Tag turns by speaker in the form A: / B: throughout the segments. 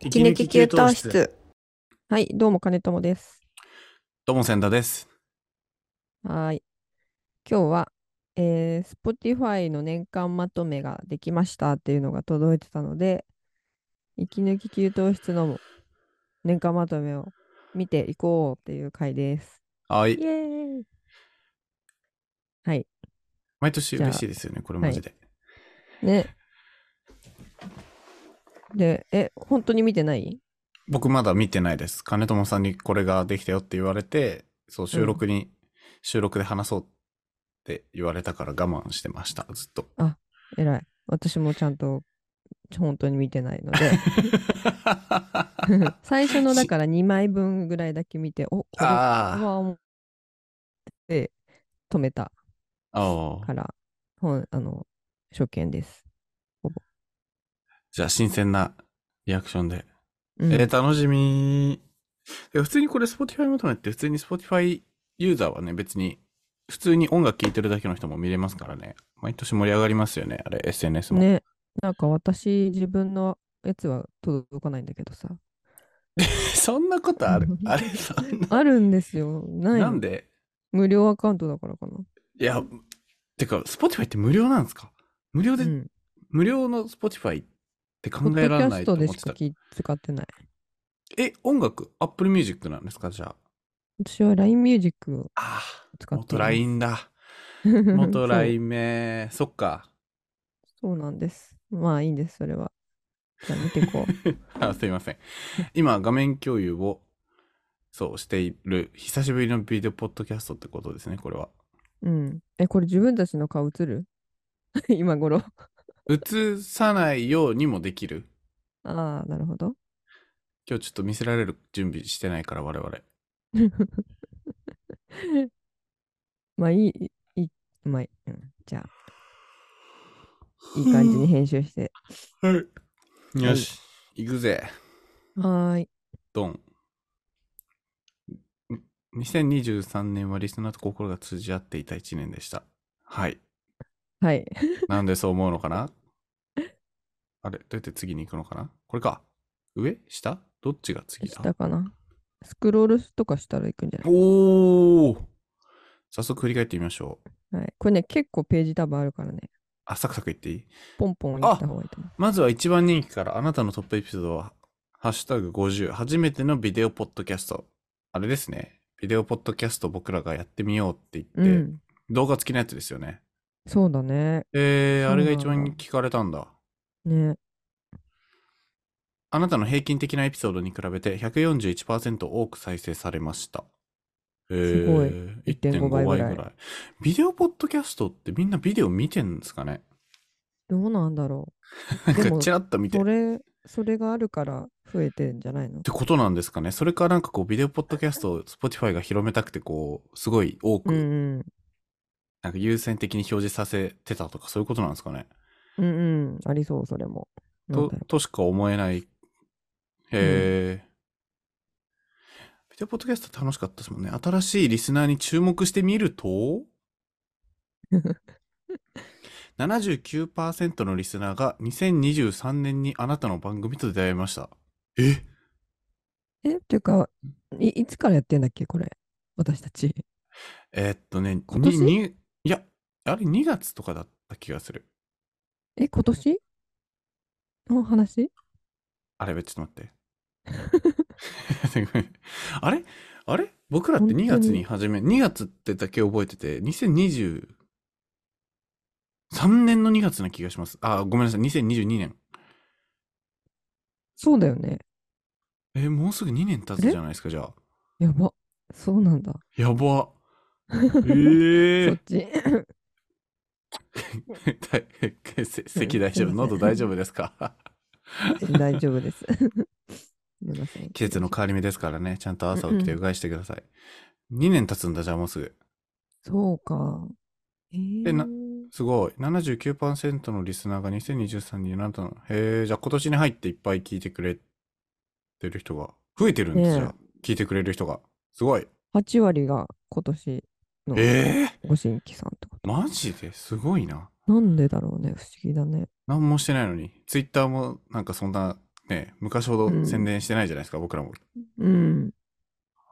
A: 息抜き給湯室。
B: はい、どうも金友です。
C: どうも、千田です。
B: はーい。今日は、えー、Spotify の年間まとめができましたっていうのが届いてたので、息抜き給湯室の年間まとめを見ていこうっていう回です。
C: は
B: イ
C: い。
B: エーイはい。
C: 毎年嬉しいですよね、これマジで。
B: ね。で、え、本当に見てない
C: 僕まだ見てないです。金友さんにこれができたよって言われて、そう、収録に、収録で話そうって言われたから我慢してました、ずっ と。
B: 偉い。私もちゃんと、ちょ本当に見てないので。最初のだから2枚分ぐらいだけ見て、おこれは
C: あ
B: 思って止めた
C: あ、おう
B: から、ほんあの、初見です。
C: じゃあ、新鮮なリアクションで。
B: うん
C: えー、楽しみー。え普通にこれ、Spotify まとめって、普通に Spotify ユーザーはね、別に、普通に音楽聴いてるだけの人も見れますからね。毎年盛り上がりますよね、あれ、SNS も。
B: ね、なんか私、自分のやつは届かないんだけどさ。
C: そんなことあるあれ、そんな。
B: あるんですよ。ない
C: なんで
B: 無料アカウントだからかな。
C: いや、てか、Spotify って無料なんですか無料で、
B: うん。
C: 無料の Spotify って
B: ポ
C: 考
B: ッドキ
C: えられ
B: ャ
C: な
B: ス
C: いと
B: ト
C: 思っ
B: でしてか
C: た。
B: 聞使ってない。
C: え、音楽 ?Apple Music なんですかじゃあ。
B: 私は LINE ミュージックを
C: あ
B: 使
C: あ、
B: って
C: 元
B: います。
C: LINE だ。
B: ン
C: 元 LINE め。そっか。
B: そう。そうなんです。まあいいんです、それは。じゃあ見ていこう。
C: あすいません。今、画面共有を、そう、している、久しぶりのビデオポッドキャストってことですね、これは。
B: うん。え、これ自分たちの顔映る 今頃。
C: 映さないようにもできる。
B: ああ、なるほど。
C: 今日ちょっと見せられる準備してないから、我々。
B: まあいい、いい、まあいい、うん、じゃあ、いい感じに編集して。
C: はい。
B: よ
C: よ
B: し
C: し、行くぜ。
B: はーい。
C: ドン。ん2023年はリスナーと心が通じ合っていた1年でした。はい。
B: はい。
C: なんでそう思うのかなあれ、どうやって次に行くのかなこれか。上下どっちが次だ
B: したかな。スクロールとかしたらいくんじゃない
C: おー早速振り返ってみましょう。
B: はい。これね、結構ページ多分あるからね。
C: あ、サクサクいっていい
B: ポンポンいった方がいいと思
C: まずは一番人気からあなたのトップエピソードは、ハッシュタグ50、初めてのビデオポッドキャスト。あれですね。ビデオポッドキャスト僕らがやってみようって言って、
B: う。うん。
C: 動画付きのやつですよね。
B: そうだね。
C: え
B: そう
C: ー、あれが
B: なんだ
C: 一番聞かれたんだ。
B: ね。
C: あなたの平均的なエピソードに比べて141%多く再生されました。え
B: すごい
C: ー、
B: 1.5
C: 1.5
B: 倍
C: 倍
B: ぐら
C: ぐ
B: い
C: らい。ビデオポッドキャストってみんなビデオ見てんですかね
B: どうなんだろ
C: なん
B: で
C: か
B: も
C: チラッと
B: う。
C: 見て。っ
B: それ、それがあるから増えてんじゃないの
C: てことなんですかねそれかなんかこうビデオポッドキャストを Spotify が広めたくてこう、すごい多
B: うん
C: く、
B: うん。
C: なんか優先的に表示させてたとかそういうことなんですかね
B: うんうん。ありそう、それも。なん
C: と
B: だろ
C: としか思えない。へえ。ビデオポッドキャスト楽しかったですもんね。新しいリスナーに注目してみると 79%のリスナーが2023年にあなたの番組と出会いました。え
B: う。え、っていうか、いいつからやってんだっけ、これ。私たち。
C: えーっとね、
B: 今年
C: ににいや、あれ2月とかだった気がする。
B: え、今年の話
C: あれ、ちょっと待って。ごめん あれあれ僕らって2月に始め、2月ってだけ覚えてて、2023年の2月な気がします。あ、ごめんなさい、2022年。
B: そうだよね。
C: えーもうすぐ2年経つじゃないですか、じゃあ。
B: やば。そうなんだ。
C: や ば。え
B: そ
C: ー
B: っ、ち。
C: 大 せ咳大 丈夫喉大丈夫ですか
B: 大丈夫です。 すみません。
C: 季節の変わり目ですからね、ちゃんと朝起きて
B: うんう
C: うがいしてください。2年経つんだ、じゃあもうすぐ。
B: そうか。えー、
C: なすごい。79%のリスナーが2023になったの。へえ、じゃあ今年に入っていっぱい聞いてくれてる人が、増えてるんです
B: ねえ
C: じゃあ聞いてくれる人が。すごい。
B: 8割が今年の
C: ええ
B: ご新規さんってこと。
C: マジですごいな。
B: なんでだろうね。不思議だね。
C: 何もしてないのに。ツイッターもなんかそんなね、昔ほど宣伝してないじゃないですか、僕らも。
B: うん。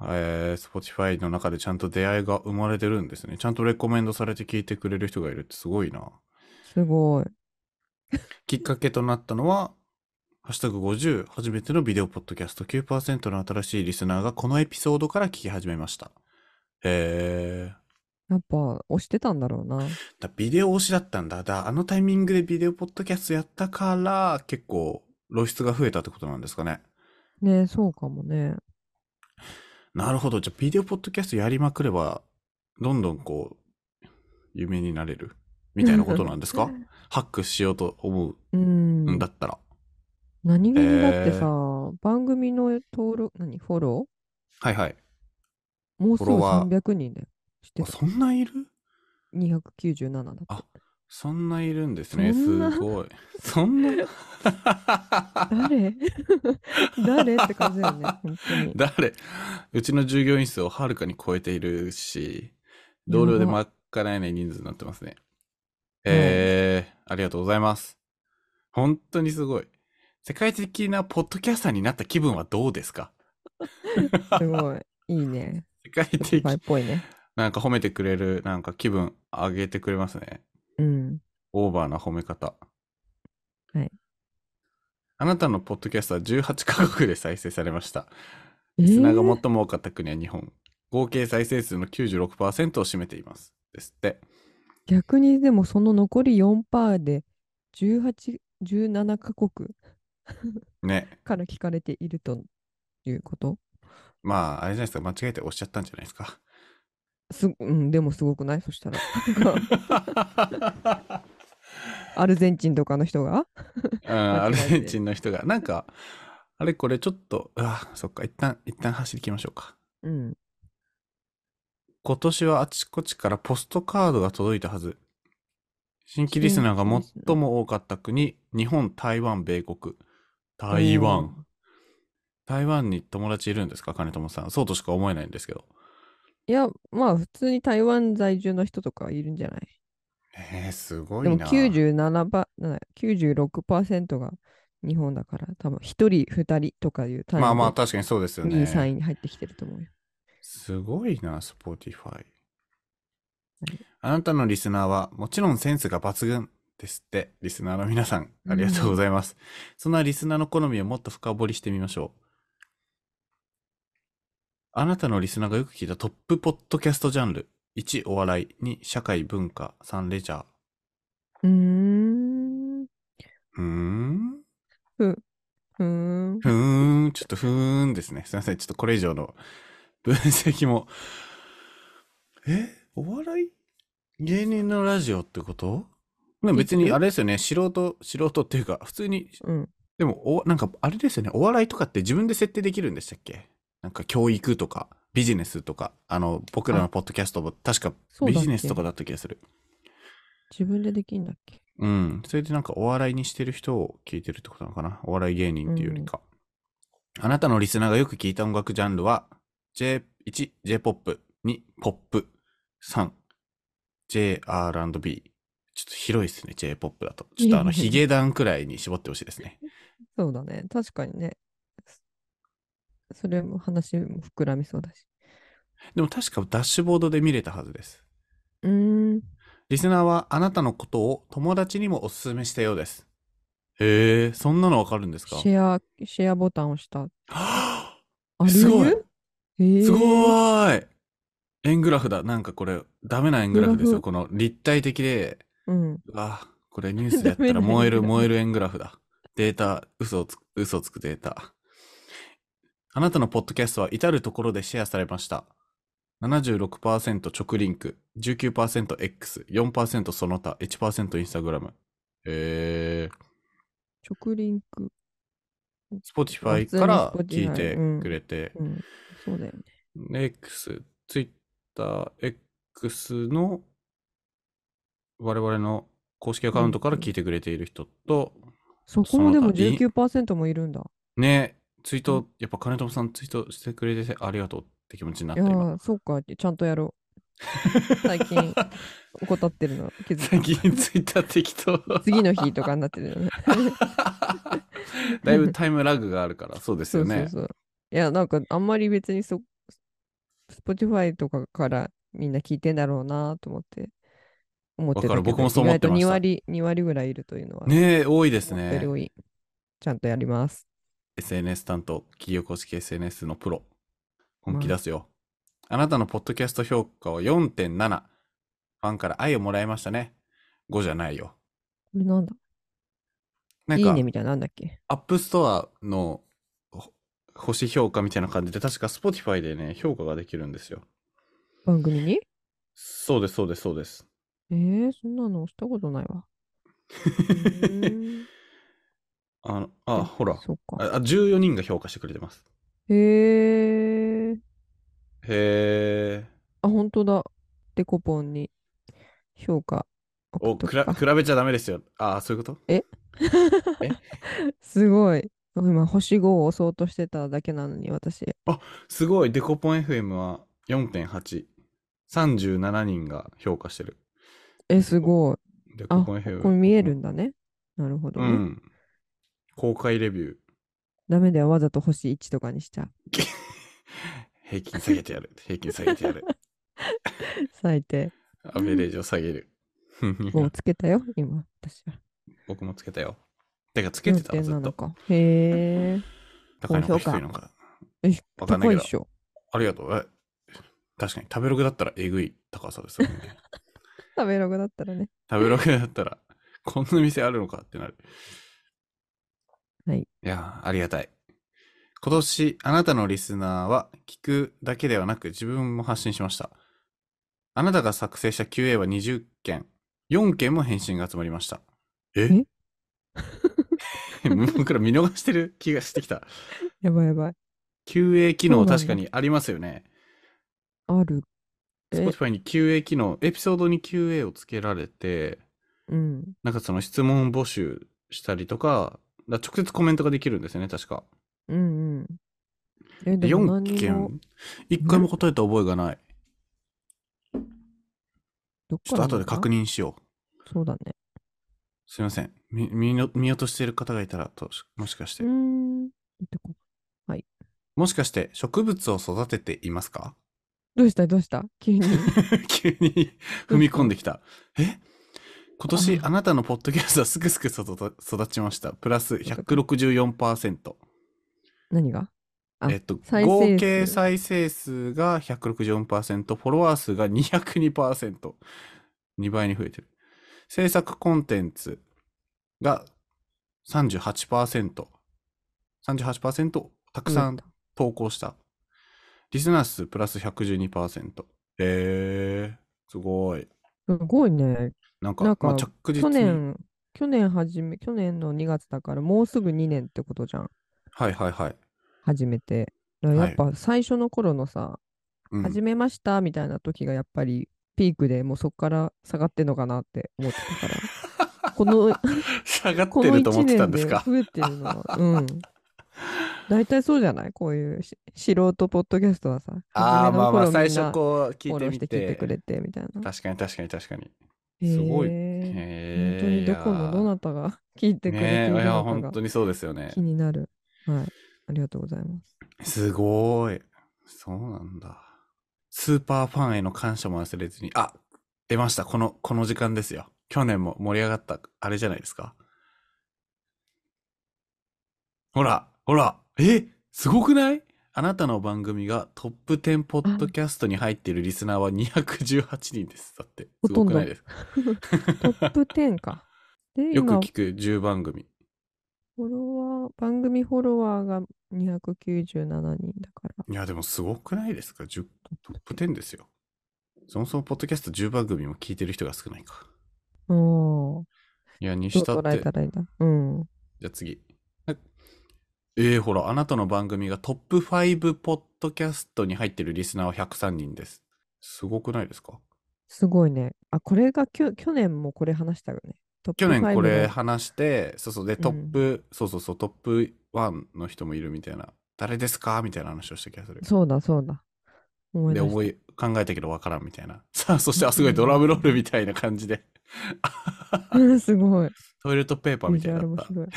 C: えー、Spotify の中でちゃんと出会いが生まれてるんですね。ちゃんとレコメンドされて聞いてくれる人がいるってすごいな。
B: すごい。
C: きっかけとなったのは、ハッシュタグ50、初めてのビデオポッドキャスト9%の新しいリスナーがこのエピソードから聞き始めました。えー、
B: やっぱ、押してたんだろうな。
C: だビデオ推しだったんだ。だ、あのタイミングでビデオポッドキャストやったから、結構露出が増えたってことなんですかね。
B: ねそうかもね。
C: なるほど。じゃあビデオポッドキャストやりまくれば、どんどんこう、有名になれるみたいなことなんですかハックしようと思
B: う
C: うん
B: ん
C: だ。ったら。
B: 何気にだって
C: え
B: さ、番組の登録、何フォロ
C: はいはい。
B: ーもうすぐ
C: フォロワー
B: 300人だよ。知って
C: あ
B: た
C: そんないる
B: 297だって。
C: あそんないるんですね。
B: そ
C: す
B: んな
C: ごい。そんな。
B: 誰誰って感じだよね、本当に。
C: 誰うちの従業員数をはるかに超えているし、同僚で賄えない人数になってますね。えーありがとうございます。本当にすごい。世界的なポッドキャスターになった気分はどうですか
B: すごい。いいね。
C: 世界
B: ス
C: 的
B: パイっ。ぽいね。
C: なんか褒めてくれる、なんか気分上げてくれますね。
B: うん。
C: オーバーな褒め方。
B: はい。
C: あなたのポッドキャストは18カ国で再生されました。
B: え
C: リスナーが
B: ー、
C: 最も多かった国は日本。合計再生数の96%を占めています。ですって。
B: 逆にでもその残り4%で18、17カ国
C: ね。
B: から聞かれているということ
C: まあ、あれじゃないですか。間違えて押しちゃったんじゃないです か。
B: す、うん、でもすごくないそしたら。なん かアルゼンチンとかの人が
C: うん、
B: 間
C: ア
B: 違え
C: ル
B: て
C: ゼンチンの人が。なんか、あれこれちょっと、あそっか。一旦、一旦走り行きましょうか。
B: うん。
C: 今年はあちこちからポストカードが届いたはず。新規リスナーが最も多かった国、日本、台湾、米国。台
B: う
C: 湾
B: ん。
C: 台湾に友達いるんですか金友さん。そうとしか思えないんですけど。
B: いや、まあ普通に台湾在住の人とかいるんじゃない
C: えー、すご
B: で
C: い
B: も
C: な。
B: 97ば、なんだ96%が日本だから、多分1人、2人とかいう単位
C: まあまあ、
B: で
C: 確かにそうですよ
B: 2位、3
C: ね。
B: 位に入ってきてると思うよ。
C: すごいな、Spotify。あなたのリスナーは、もちろんセンスが抜群ですって、リスナーの皆さん、ありがとうございます。そんなリスナーの好みをもっと深掘りしてみましょう。あなたのリスナーがよく聞いたトップポッドキャストジャンル。1、お笑い。2、社会文化。3、レジャー。
B: うーん。
C: うーん。
B: うーん。
C: ふーん、ちょっとふーんですね。すいません、ちょっとこれ以上の分析も。えお笑い芸人のラジオってことでも別
B: 聞いて
C: に
B: る
C: あれですよね、素人、素人っていうか、普通に、
B: うん。
C: でもお、なんかあれですよね、お笑いとかって自分で設定できるんでしたっけなんか教育とか、ビジネスとか、あの、僕らの
B: あ
C: ポッドキャストも確か
B: そうだっ
C: ビ
B: け
C: ジネスとかだった気がする。
B: 自分でできんだっけ
C: うん。それでなんかお笑いにしてる人を聞いてるってことなのかな。お笑い芸人っていうよりか。あなたのリスナーがよく聞いた音楽ジャンルは、J、1、J-POP、2、ポップ、3、JR&B。ちょっと広いですね、J-POP だと。ちょっとあの、ヒゲダンくらいに絞ってほしいですね。
B: そうだね。確かにね。それも話も膨らみそうだし。
C: でも確かダッシュボードで見れたはずです。
B: うーん。
C: リスナーはあなたのことを友達にもおすすめしたようです。へえ、そんなのわかるんですか
B: シェア、シェアボタンを押した。
C: は
B: あ
C: すごい
B: 理由えー、
C: すごーい円グラフだ。なんかこれ、ダメな円グラフです
B: グラ
C: よ。
B: フ
C: この立体的で、
B: うん。
C: うわこれニュースでやった
B: ダ
C: ら
B: メな
C: 燃え
B: 円グラ
C: る
B: フ
C: 燃える円グラフだ。データ、嘘をつく、嘘をつくデータ。あなたのポッドキャストは至るところでシェアされました。76%直リンク、19%X、4%その他、1%インスタグラム。えー、
B: 直リンク。
C: Spotify
B: 普通に
C: から聞
B: Spotify
C: いてくれて、
B: うん。そうだよね。
C: X、Twitter、X の我々の公式アカウントから聞いてくれている人と、
B: そこもでも
C: その他に
B: 19%もいるんだ。
C: ね、ツイー
B: う
C: ト、やっぱ金友さんツイートしてくれてありがとうって気持ちになっ
B: い
C: た
B: や
C: 今。
B: ー、そうか。ちゃんとやろ う。最近、怠ってるの気づい
C: 最近ツイッター適当。
B: た。次の日とかになってるよね。
C: だいぶタイムラグがあるから、そう ですよね。
B: そうそうそう。いや、なんかあんまり別にそ、Spotify とかからみんな聞いてんだろうなと思って、思ってたけど
C: わかる僕もそう思ってました
B: 意外と2割、2割ぐらいいるというのは、
C: ねえ、多いです
B: 思ったより
C: ね。
B: 多い。ちゃんとやります。
C: SNS 担当、企業公式 SNS のプロ。本気出すよ。あなたのポッドキャスト評価を4.7。ファンから愛をもらいましたね。5じゃないよ。
B: これなんだ
C: なん
B: い
C: か、
B: いねみたいなのなんだっけ
C: アップストアのほ星評価みたいな感じで、確か Spotify でね、評価ができるんですよ。
B: 番組に
C: そうです、そうです、そうです。
B: えー、そんなのしたことない わ。うーん
C: あの、あ、ほら。
B: そっか。
C: あ、あ14人が評価してくれてます。
B: へえー。
C: へえ。
B: あ、本当だ。デコポンに評価送
C: お、
B: っと
C: く
B: く
C: ら、
B: か。
C: 比べちゃダメですよ。あ、そういうこと
B: すごい。今、星5を押そうとしてただけなのに、私。
C: すごい、デコポン FM は4.8。37人が評価してる。
B: え、すごい。
C: デコ
B: あ、
C: ポ
B: こ
C: ン FM。
B: こ見えるんだね。なるほど
C: う
B: ね。
C: ん。公開レビュー。
B: ダメだよ。わざと星1とかにしちゃう。
C: 平均下げてやる。平均下げてや る。
B: 最低。
C: アベレージを下げる。
B: もうつけたよ、今、私は。
C: 僕もつけたよ。てか、つけてたわ、ずっ
B: 4.7
C: と。
B: か。へ
C: 高いのか
B: 高評価
C: 低いのか。
B: え。え
C: わかんない
B: 高
C: け
B: い
C: ど
B: っしょ。
C: ありがとう。え確かに、食べログだったらえぐい高さですよね。
B: 食べログだったらね。
C: 食べログだったら、 こんな店あるのかってなる。
B: はい
C: いやー、ありがたい。今年、あなたのリスナーは、聞くだけではなく、自分も発信しました。あなたが作成した QA は20件、4件も返信が集まりました。 え僕ら見逃してる気がしてきた。
B: やばいやばい。
C: QA 機能
B: そうなんだ
C: 確かにありますよね。
B: ある。え
C: Spotify に QA 機能、エピソードに QA をつけられて、
B: うん。
C: なんかその質問募集したりとか、だから直接コメントができるんですよね、確か。
B: うんうん。え、
C: で
B: でも
C: 4
B: 何にも
C: 件、1回も答えた覚えがない。
B: どっ
C: ちょっと後で確
B: 認。
C: 認しよう。
B: そうだね。
C: すいません。み見の見落としている方がいたらと、もしかして
B: うー。ん。見てこ
C: もしかして、植物を育てています か
B: どうしたどうした急 に。
C: 急に踏み込んできた。え今年
B: あー
C: あなたのポッドキャストはすくすく育た育ちました。プラス164%。
B: 何があ
C: えっと、
B: 再生数
C: 合計再生数が164%、フォロワー数が202%。2倍に増えてる。制作コンテンツが38%。38%たくさん
B: 増
C: 投稿した。リスナー数プラス112%。えー、すごい。
B: すごいね。
C: なんか、
B: なんか
C: まあ、着実
B: 去
C: に。
B: 年、去年始め、去年の2月だから、もうすぐ2年ってことじゃん。
C: はいはいはい。
B: 始めて。だから
C: は
B: や
C: い
B: っぱ最初の頃のさ、
C: うん
B: 始めましたみたいな時がやっぱりピークでもうそこから下がってんのかなって思ってたから。 この、
C: 下がっ
B: こ
C: て
B: の
C: ると
B: 1
C: 思ってた
B: 年
C: んで
B: です
C: か。
B: 増えてるのは、うん。大体そうじゃないこういうし素人ポッドキャストはさ、
C: ああ、
B: 初め
C: まあま
B: の頃
C: あ、最
B: みんな
C: 初こう聞
B: フォ
C: い
B: ロ
C: て
B: ー
C: み
B: して聞いてくれてみたいな。
C: 確かに確かに確かに。すごい。
B: へー
C: へ
B: 本当にどこのど
C: っ
B: なたが聞いてくれている
C: ねえいや、
B: のか
C: 本当
B: が
C: にそうですよね
B: 気。になる。はい。ありがとうござ います。
C: すごい。そうなんだ。スーパーファンへの感謝も忘れずに、あ出ました。この、この時間ですよ。去年も盛り上がった、あれじゃないですか。ほら、ほら、えすごくないあなたの番組がトップ10ポッドキャストに入っているリスナーは218人です。だって、すごくないですか
B: トップ10か。で、
C: よく
B: 今、
C: 聞く10番組。
B: フォロワー、番組フォロワーが297人だから。
C: いや、でもすごくないですか ?10、トップ10ですよ。そもそもポッドキャスト10番組も聞いてる人が少ないか。
B: おー。
C: いや、に
B: どう
C: したっ
B: 捉え
C: て。
B: たらいいんだ。うん。
C: じゃあ次。ええー、ほら、あなたの番組がトップ5ポッドキャストに入ってるリスナーは103人です。すごくないですか
B: すごいね。あ、これがきょ去年もこれ話したよね。トップ
C: 去年
B: 5
C: これ
B: の
C: 話して、そうそう、で、トップ、そうそうそう、トップ1の人もいるみたいな。誰ですかみたいな話をした気がする。
B: そうだそうだ。思い
C: で、
B: 出した
C: 思い、考えたけどわからんみたいな。さあ、そして、あ、すごい、ドラムロールみたいな感じで。
B: うんすごい。
C: トイレットペーパー
B: ビ
C: み
B: ジ
C: たい
B: ュア
C: だ
B: ル
C: っ
B: 面
C: た。
B: 白い。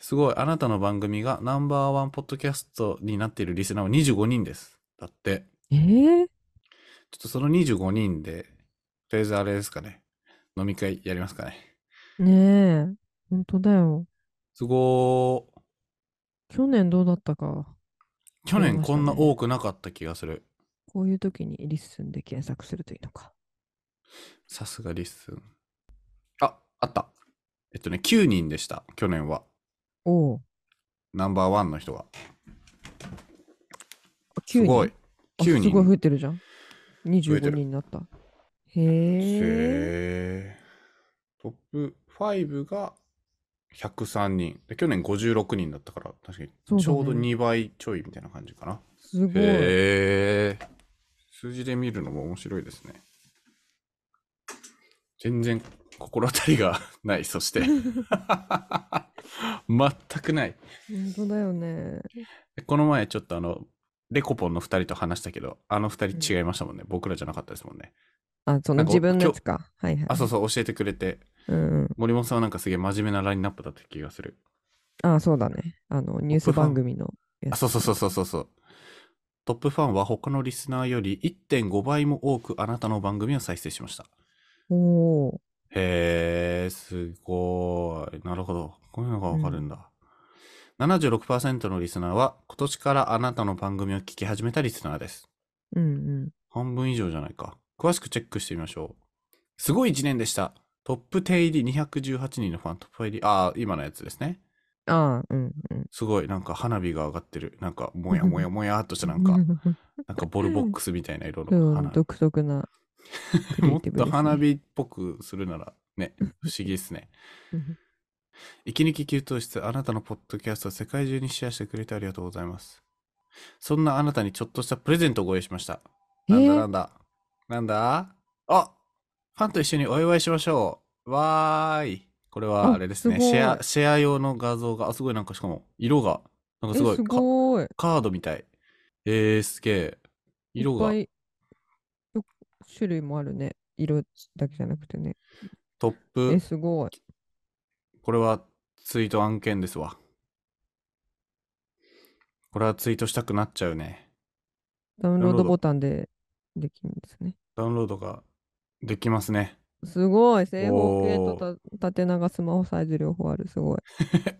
C: すごい。あなたの番組がナンバーワンポッドキャストになっているリスナーは25人です。だって。
B: えー、
C: ちょっとその25人で、とりあえずあれですかね。飲み会やりますかね。
B: ねえ、本当だよ。
C: すごー。
B: 去年どうだったか、
C: 去
B: 増え
C: 年
B: ました
C: こ
B: ね
C: んな多くなかった気がする。
B: こういう時にリッスンで検索するといいのか。
C: さすがリッスン。あ、あった。えっとね、9人でした。去年は。
B: おお、
C: ナンバーワンの人が。
B: 9
C: すごい。9
B: あ
C: 人。
B: すごい増えてるじゃん。
C: 増えて
B: 25
C: る
B: 人になった。へえ。
C: へートップ5が103人で去年56人だったから確か
B: そ
C: に
B: うだね
C: ちょうど2倍ちょいみたいな感じかな、
B: すごい。
C: へえ数字で見るのも面白いですね全然心当たりが ないそして全くない
B: 本当だよね。
C: この前ちょっとあのレコポンの2人と話したけどあの2人違いましたもんね、僕らじゃなかったですもんね
B: あ、そ
C: な
B: の
C: んか
B: 自分のやつか。はいはい。
C: あそうそう教えてくれて
B: うんうん。
C: 森本さんはなんかすげえ真面目なラインナップだった気がする。
B: あ、そうだね。あの、ニュース番組のや
C: あ、
B: つ。
C: そうそうそうそうそうそう。トップファンは他のリスナーより1.5倍も多くあなたの番組を再生しました。
B: おお。
C: へー、すごい。なるほど。こういうのがわかるんだ。76%のリスナーは今年からあなたの番組を聞き始めたリスナーです。
B: うん
C: 半分以上じゃないか。詳しくチェックしてみましょう。すごい1年でした。トップ10入り218人のファン、トップ入り、ああ、今のやつですね。
B: うん。ああ、うんうん。
C: すごいなんか花火が上がってるなんかもやもやもやっとしたなん かなんかボルボックスみたいな色
B: う
C: の
B: ん、
C: 花、
B: 独特な。クリ エ
C: も
B: イ
C: っ
B: ティブ
C: と
B: ですね
C: 花火っぽくするならね不思議ですね
B: うん
C: 息抜き給湯室あなたのポッドキャストを世界中にシェアしてくれてありがとうございますそんなあなたにちょっとしたプレゼントをご用意しました
B: え
C: なんだな
B: ー
C: んだ、なんだあファンと一緒にお祝いしましょうわーいこれはあれですね
B: あすごい
C: シェアシェア用の画像があすごいなんかしかも色がなん
B: え、
C: かすごい
B: す
C: か
B: ごい。
C: カードみたい。えー、すげえ。色が
B: いっぱいよ種類もあるね。色だけじゃなくてね。
C: トッ
B: え、
C: プ。
B: すごい。
C: これはツイート案件ですわ。これはツイートしたくなっちゃうね。
B: ダウン
C: ダ
B: ロー
C: ウンロード
B: ドボタンでできるんですね。
C: ダウンロードができますね。
B: すごい。正方形
C: おー
B: とた縦長スマホサイズ両方ある。すごい。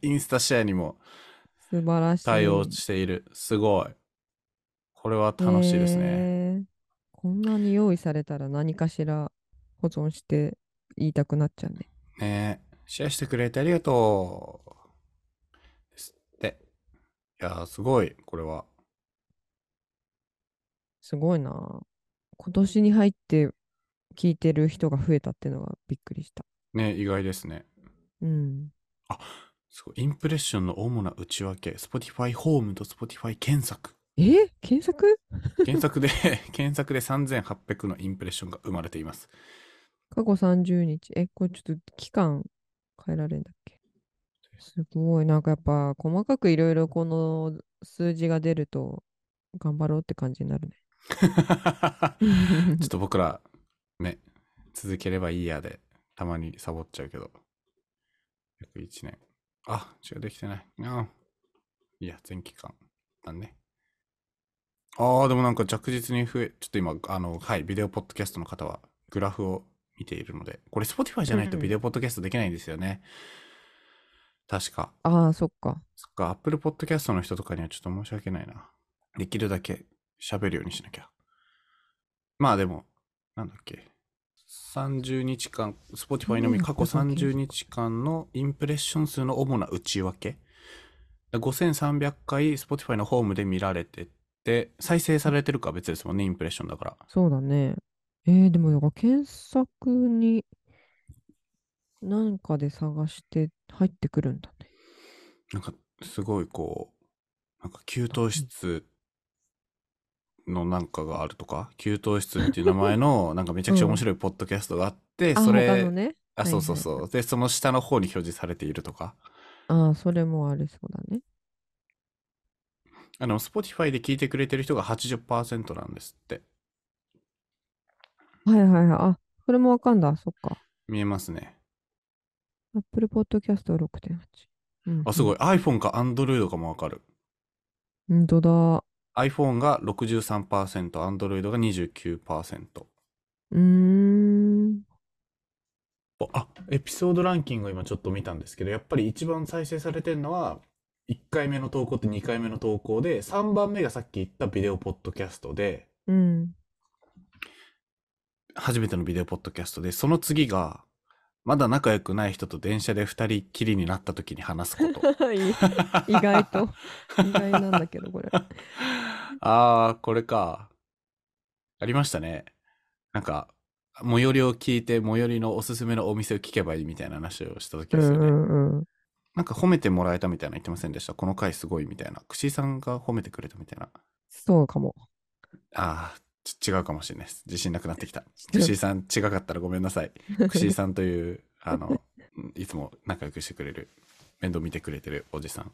C: インスタシェアにも
B: 素晴らしい。
C: 対応している。すごい。これは楽しいですね。
B: へーこんなに用意されたら何かしら保存して言いたくなっちゃうね。
C: ねえシェアしてくれてありがとう。ですって。いやー、すごい。これは。
B: すごいなあ。今年に入って聞いてる人が増えたってのがびっくりした。
C: ねえ意外ですね。
B: うん。
C: すごい。インプレッションの主な内訳、Spotify ホームと Spotify 検索。
B: え検索
C: 検索で、 検索で3800のインプレッションが生まれています。
B: 過去30日。え、これちょっと期間変えられるんだっけすごい。なんかやっぱ細かくいろいろこの数字が出ると頑張ろうって感じになるね。
C: ち ょっと僕ら、ね、続ければいいやで、たまにサボっちゃうけど。約1年。あ、違う、できてない。うん。いや、前期間。だね。ああ、でもなんか着実に増え、ちょっと今、あの、はい、ビデオポッドキャストの方は、グラフを見ているので、これ Spotify じゃないと
B: うん
C: ビデオポッドキャストできないんですよね。確か。
B: ああ、そっか。
C: そっか、Apple Podcast の人とかにはちょっと申し訳ないな。できるだけ喋るようにしなきゃ。まあでも、なんだっけ。30日間、Spotify のみ
B: うん
C: 過去30日間のインプレッション数の主な内訳。5300回 Spotify のホームで見られてて、再生されてるかは別ですもんね、インプレッションだから。
B: そうだね。えー、でもなんか検索に何かで探して入ってくるんだね。
C: なんか、すごいこう、なんか給湯室のなんかがあるとか、給湯室っていう名 前の、なんかめちゃくちゃ面白いポッドキャストがあって、
B: あ、
C: そ
B: 他の
C: れ、
B: ね。
C: あ、そうそうそう、
B: はい
C: で、その下の方に表示されているとか。
B: ああ、それもありそうだね。
C: あの、Spotify で聞いてくれてる人が80%なんですって。
B: はいはいはい。あ、それもわかんだ。そっか。
C: 見えますね。
B: Apple Podcast は6.8。うん
C: あ、すご
B: い。
C: い。iPhone か Android かもわかる。
B: 本当だ。う
C: iPhone が63%、Android が29%。
B: ーん。
C: あ、エピソードランキングを今ちょっと見たんですけど、やっぱり一番再生されてるのは、1回目の投稿と2回目の投稿で、3番目がさっき言ったビデオポッドキャストで、
B: うん。
C: 初めてのビデオポッドキャストで、その次が、まだ仲良くない人と電車で2人きりになった時に話すこと。
B: いい 意外と。意外なんだけど、これ。
C: あー、これか。ありましたね。なんか、最寄りを聞いて、最寄りのおすすめのお店を聞けばいいみたいな話をした時
B: う
C: ですよ
B: ん
C: ね。
B: うんうん。
C: なんか褒めてもらえたみたいな言ってませんでした。この回すごいみたいな。串井さんが褒めてくれたみたいな。
B: そうかも。
C: ああ、ち違うかもしれないです。自信なくなってきた。
B: 違う
C: 串井さん違かったらごめんなさ い。串井さんという、あの、 いつも仲良くしてくれる、面倒見てくれてるおじさん。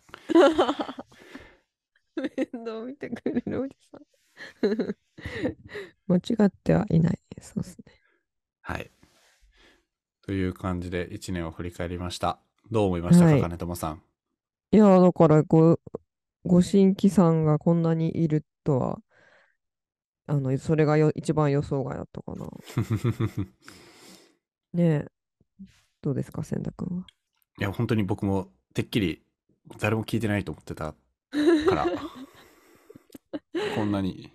B: 面倒見てくれるおじさん。 間違ってはいない。そうですね。
C: はい。という感じで1年を振り返りました。どう思いましたか、
B: はい
C: 金友さん。
B: いや、だからご、ご新規さんがこんなにいるとは、あの、それがよ一番予想外だったかな。ねえ。どうですか、千田君は。
C: いや、本当に僕もてっきり誰も聞いてないと思ってた から、こんなに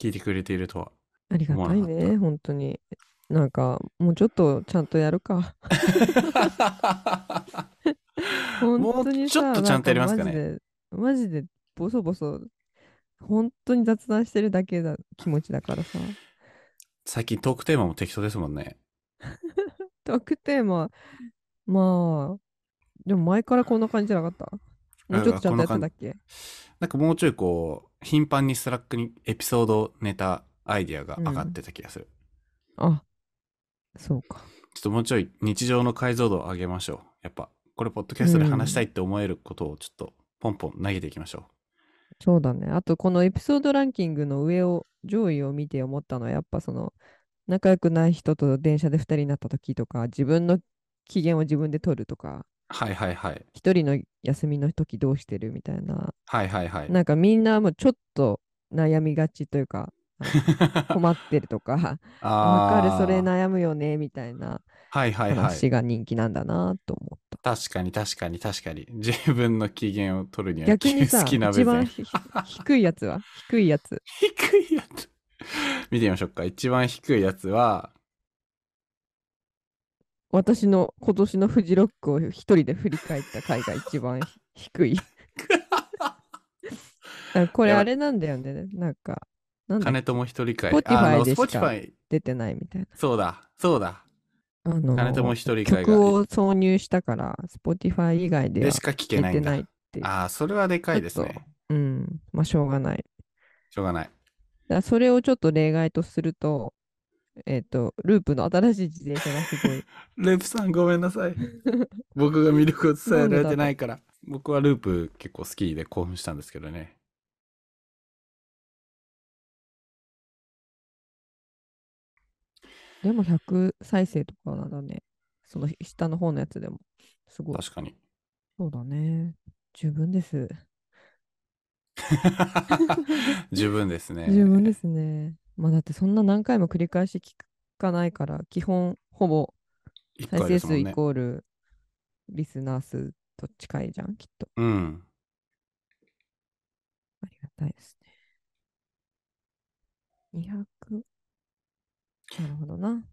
C: 聞いてくれているとは。
B: ありが
C: 思わ
B: た
C: ないかった
B: ね、本当に。なんか、もうちょっとちゃんとやるか。
C: も
B: 本当
C: う
B: に
C: ちょっ
B: さ
C: とちゃんとやりますかね。。
B: なんマジで、マジでボソボソ、本当に雑談してるだけだ気持ちだからさ。
C: 最近トークテーマも適当ですもんね。
B: トークテーマ、まあ、でも前からこんな感じじゃなかったもうちょっとちゃんとやってたっけ
C: なんかもうちょいこう、頻繁にスラックにエピソードネタアイディアが上がってた気がする。
B: あ、そうか。
C: ちょっともうちょい日常の解像度を上げましょう。やっぱ、これポッドキャストで話したいって思えることをちょっとポンポン投げていきましょ
B: そうだね。あと、このエピソードランキングの上を、上位を見て思ったのは、やっぱその、仲良くない人と電車で2人になった時とか、自分の機嫌を自分で取るとか、
C: う。はいはいはい。
B: 1人の休みの時どうしてるみたいな、
C: はいはいはい。
B: なんかみんなもうちょっと悩みがちというか、
C: わ
B: 困ってるとか、わかる、それ。悩むよね、みたいな
C: はいはいはい。
B: 話が人気なんだなと思った。
C: 確かに確かに確かに。自分の機嫌を取るには
B: 逆にさ、
C: 好きな
B: 一
C: 目
B: 番
C: 線。
B: ひ低いやつは低いやつ。
C: 低いやつ。 見てみましょうか。一番低いやつは、
B: 私の今年のフジロックを一人で振り返った回が一番 低い。あこれ
C: やばい
B: あれなんだよね。なんか、なんだ
C: 金友一人会。
B: Spotify
C: あの、
B: でしか
C: Spotify。
B: 出てないみたいな。
C: そうだ、そうだ。
B: あの
C: 金友一人会
B: 曲
C: が。
B: を挿入したから、Spotify 以外で
C: で
B: は
C: しか聞け
B: 出
C: な
B: て
C: いんだ。
B: ないっていう。
C: ああ、それはでかいです
B: ちょ
C: ね。
B: うん。まあ、しょうがない。
C: しょうがない。
B: だからそれをちょっと例外とすると、えっ、と、ループの新しい自転車がす ごい。
C: ループさんごめんな さい。僕が魅力を伝えられてないから。僕はループ結構好きで興奮したんですけどね。
B: でも100再生とかなんだね。その下の方のやつでも。すごい。
C: 確かに。
B: そうだね。十分です。
C: 十分ですね。
B: 十分ですね。まあだってそんな何回も繰り返し聞かないから、基本ほぼ
C: 一
B: 再
C: 回で
B: 生
C: すも
B: 数
C: ん
B: イ
C: ね。
B: コールリスナー数と近いじゃん、きっと。
C: うん。
B: ありがたいですね。200。なるほどな。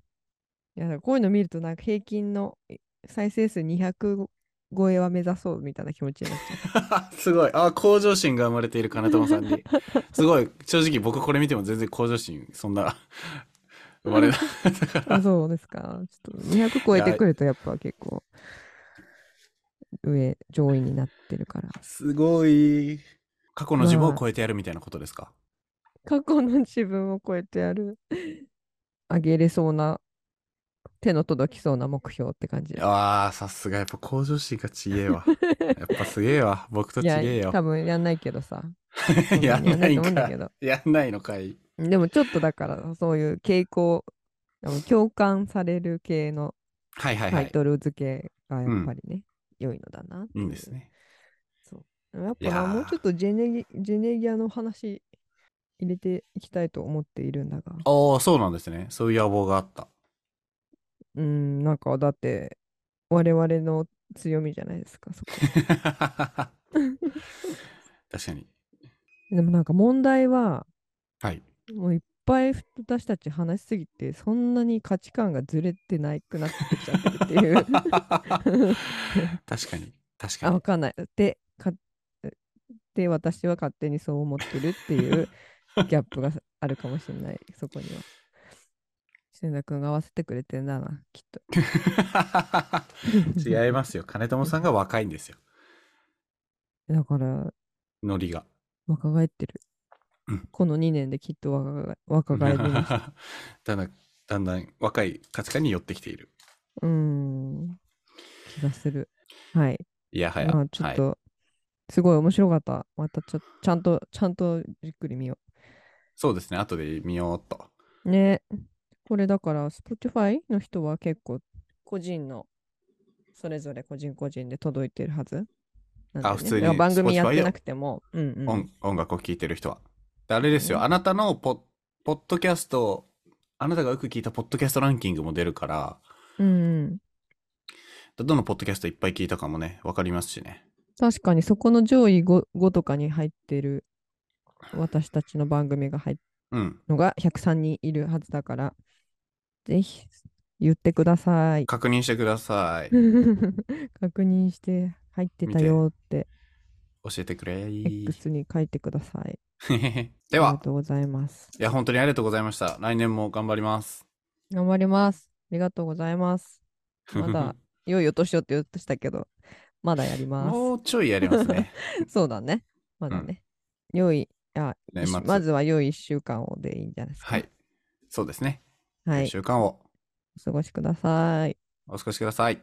B: いや、だからこういうの見ると、なんか平均のい再生数200超えは目指そうみたいな気持ちになっちゃう。
C: すごい。あ、向上心が生まれている金友さん に。すごい。正直僕これ見ても全然向上心、そんな、生まれ ない。だ か
B: あ、
C: ら、
B: そうですか。ちょっと200超えてくると、やっぱ結構、上、上位になってるから。
C: すごい。過去の自分を超えてやるみたいなことですか。
B: 過去の自分を超えてやる。あげれそうな、手の届きそうな目標って感じ。
C: ああ、さすが。やっぱ向上心がちげえ わ。やっぱすげえわ。僕と
B: い
C: ちげえ
B: や、
C: よ。
B: 多分やんないけどさ。分
C: やんないん
B: やんないと思うんだ
C: か
B: けど。
C: やんないのかい。
B: でもちょっとだからそういう傾向あの共感される系の
C: はいはいは
B: タイ
C: い。
B: トル付けがや
C: う
B: っ
C: ん
B: ぱりね、良いのだなって
C: い
B: い。
C: いうんですね。
B: そう。やっ
C: いや
B: ぱな
C: ー
B: もうちょっとジェネギジェネギアの話入れていきたいと思っているんだが、
C: ああ、そうなんですね。そういう野望があった。
B: うん、なんかだって我々の強みじゃないですか、そこ。
C: 確か に。
B: でもなんか問題は、
C: はい。
B: もういっぱい私たち話しすぎて、そんなに価値観がずれてないくなってきちゃってるっていう。
C: 確かに。確か
B: あ、わ
C: に。
B: かんない。で、かで私は勝手にそう思ってるっていう ギャップがあるかもしれない、そこには。俊太君が合わせてくれてんだな、きっと。
C: 違いますよ。金友さんが若いんですよ。
B: だから、
C: ノリが。
B: 若返ってる
C: うん。
B: この2年できっと若返若返り ました。
C: だんだん、だんだん若い価値観に寄ってきている。
B: うーん。気がする。はい。
C: いやはや。
B: まあちょっ
C: はい
B: と、すごい面白かった。またちょちゃんと、ちゃんとじっくり見よ
C: そうですね。後で見ようっと。
B: う。ね。これだから、Spotify の人は結構、個人の、それぞれ個人個人で届いてるはず。なんだよね
C: 普通に
B: だから番組
C: Spotify
B: やって
C: よ
B: なくても、うんうん。
C: 音音楽を聴いてる人は。であれですよ。
B: うん
C: あなたのポポッドキャスト、あなたがよく聞いたポッドキャストランキングも出るから、
B: うんうん。
C: どのポッドキャストいっぱい聞いたかもね、わかりますしね。
B: 確かに、そこの上位 5, 5とかに入ってる、私たちの番組が入っ
C: うん。
B: のが103人いるはずだから、ぜひ言ってください。
C: 確認してください。
B: 確認して入ってたよって
C: 教えてく れ。
B: X に書いてください。
C: で
B: あり
C: は
B: が、とうございます。
C: いや、本当にありがとうございました。来年も頑張ります。
B: 頑張ります。ありがとうございます。ま だ良いお年をって言おうとしたけど、まだやりま
C: もうちょいやりますね。
B: す。 そうだね。まだね。良い、あ、
C: 年末
B: まずは良い1週間をでいいんじゃないですか。
C: はい。。そうですね。
B: は
C: 一
B: い。
C: 週間を
B: お過ごしください。
C: お過ごしください。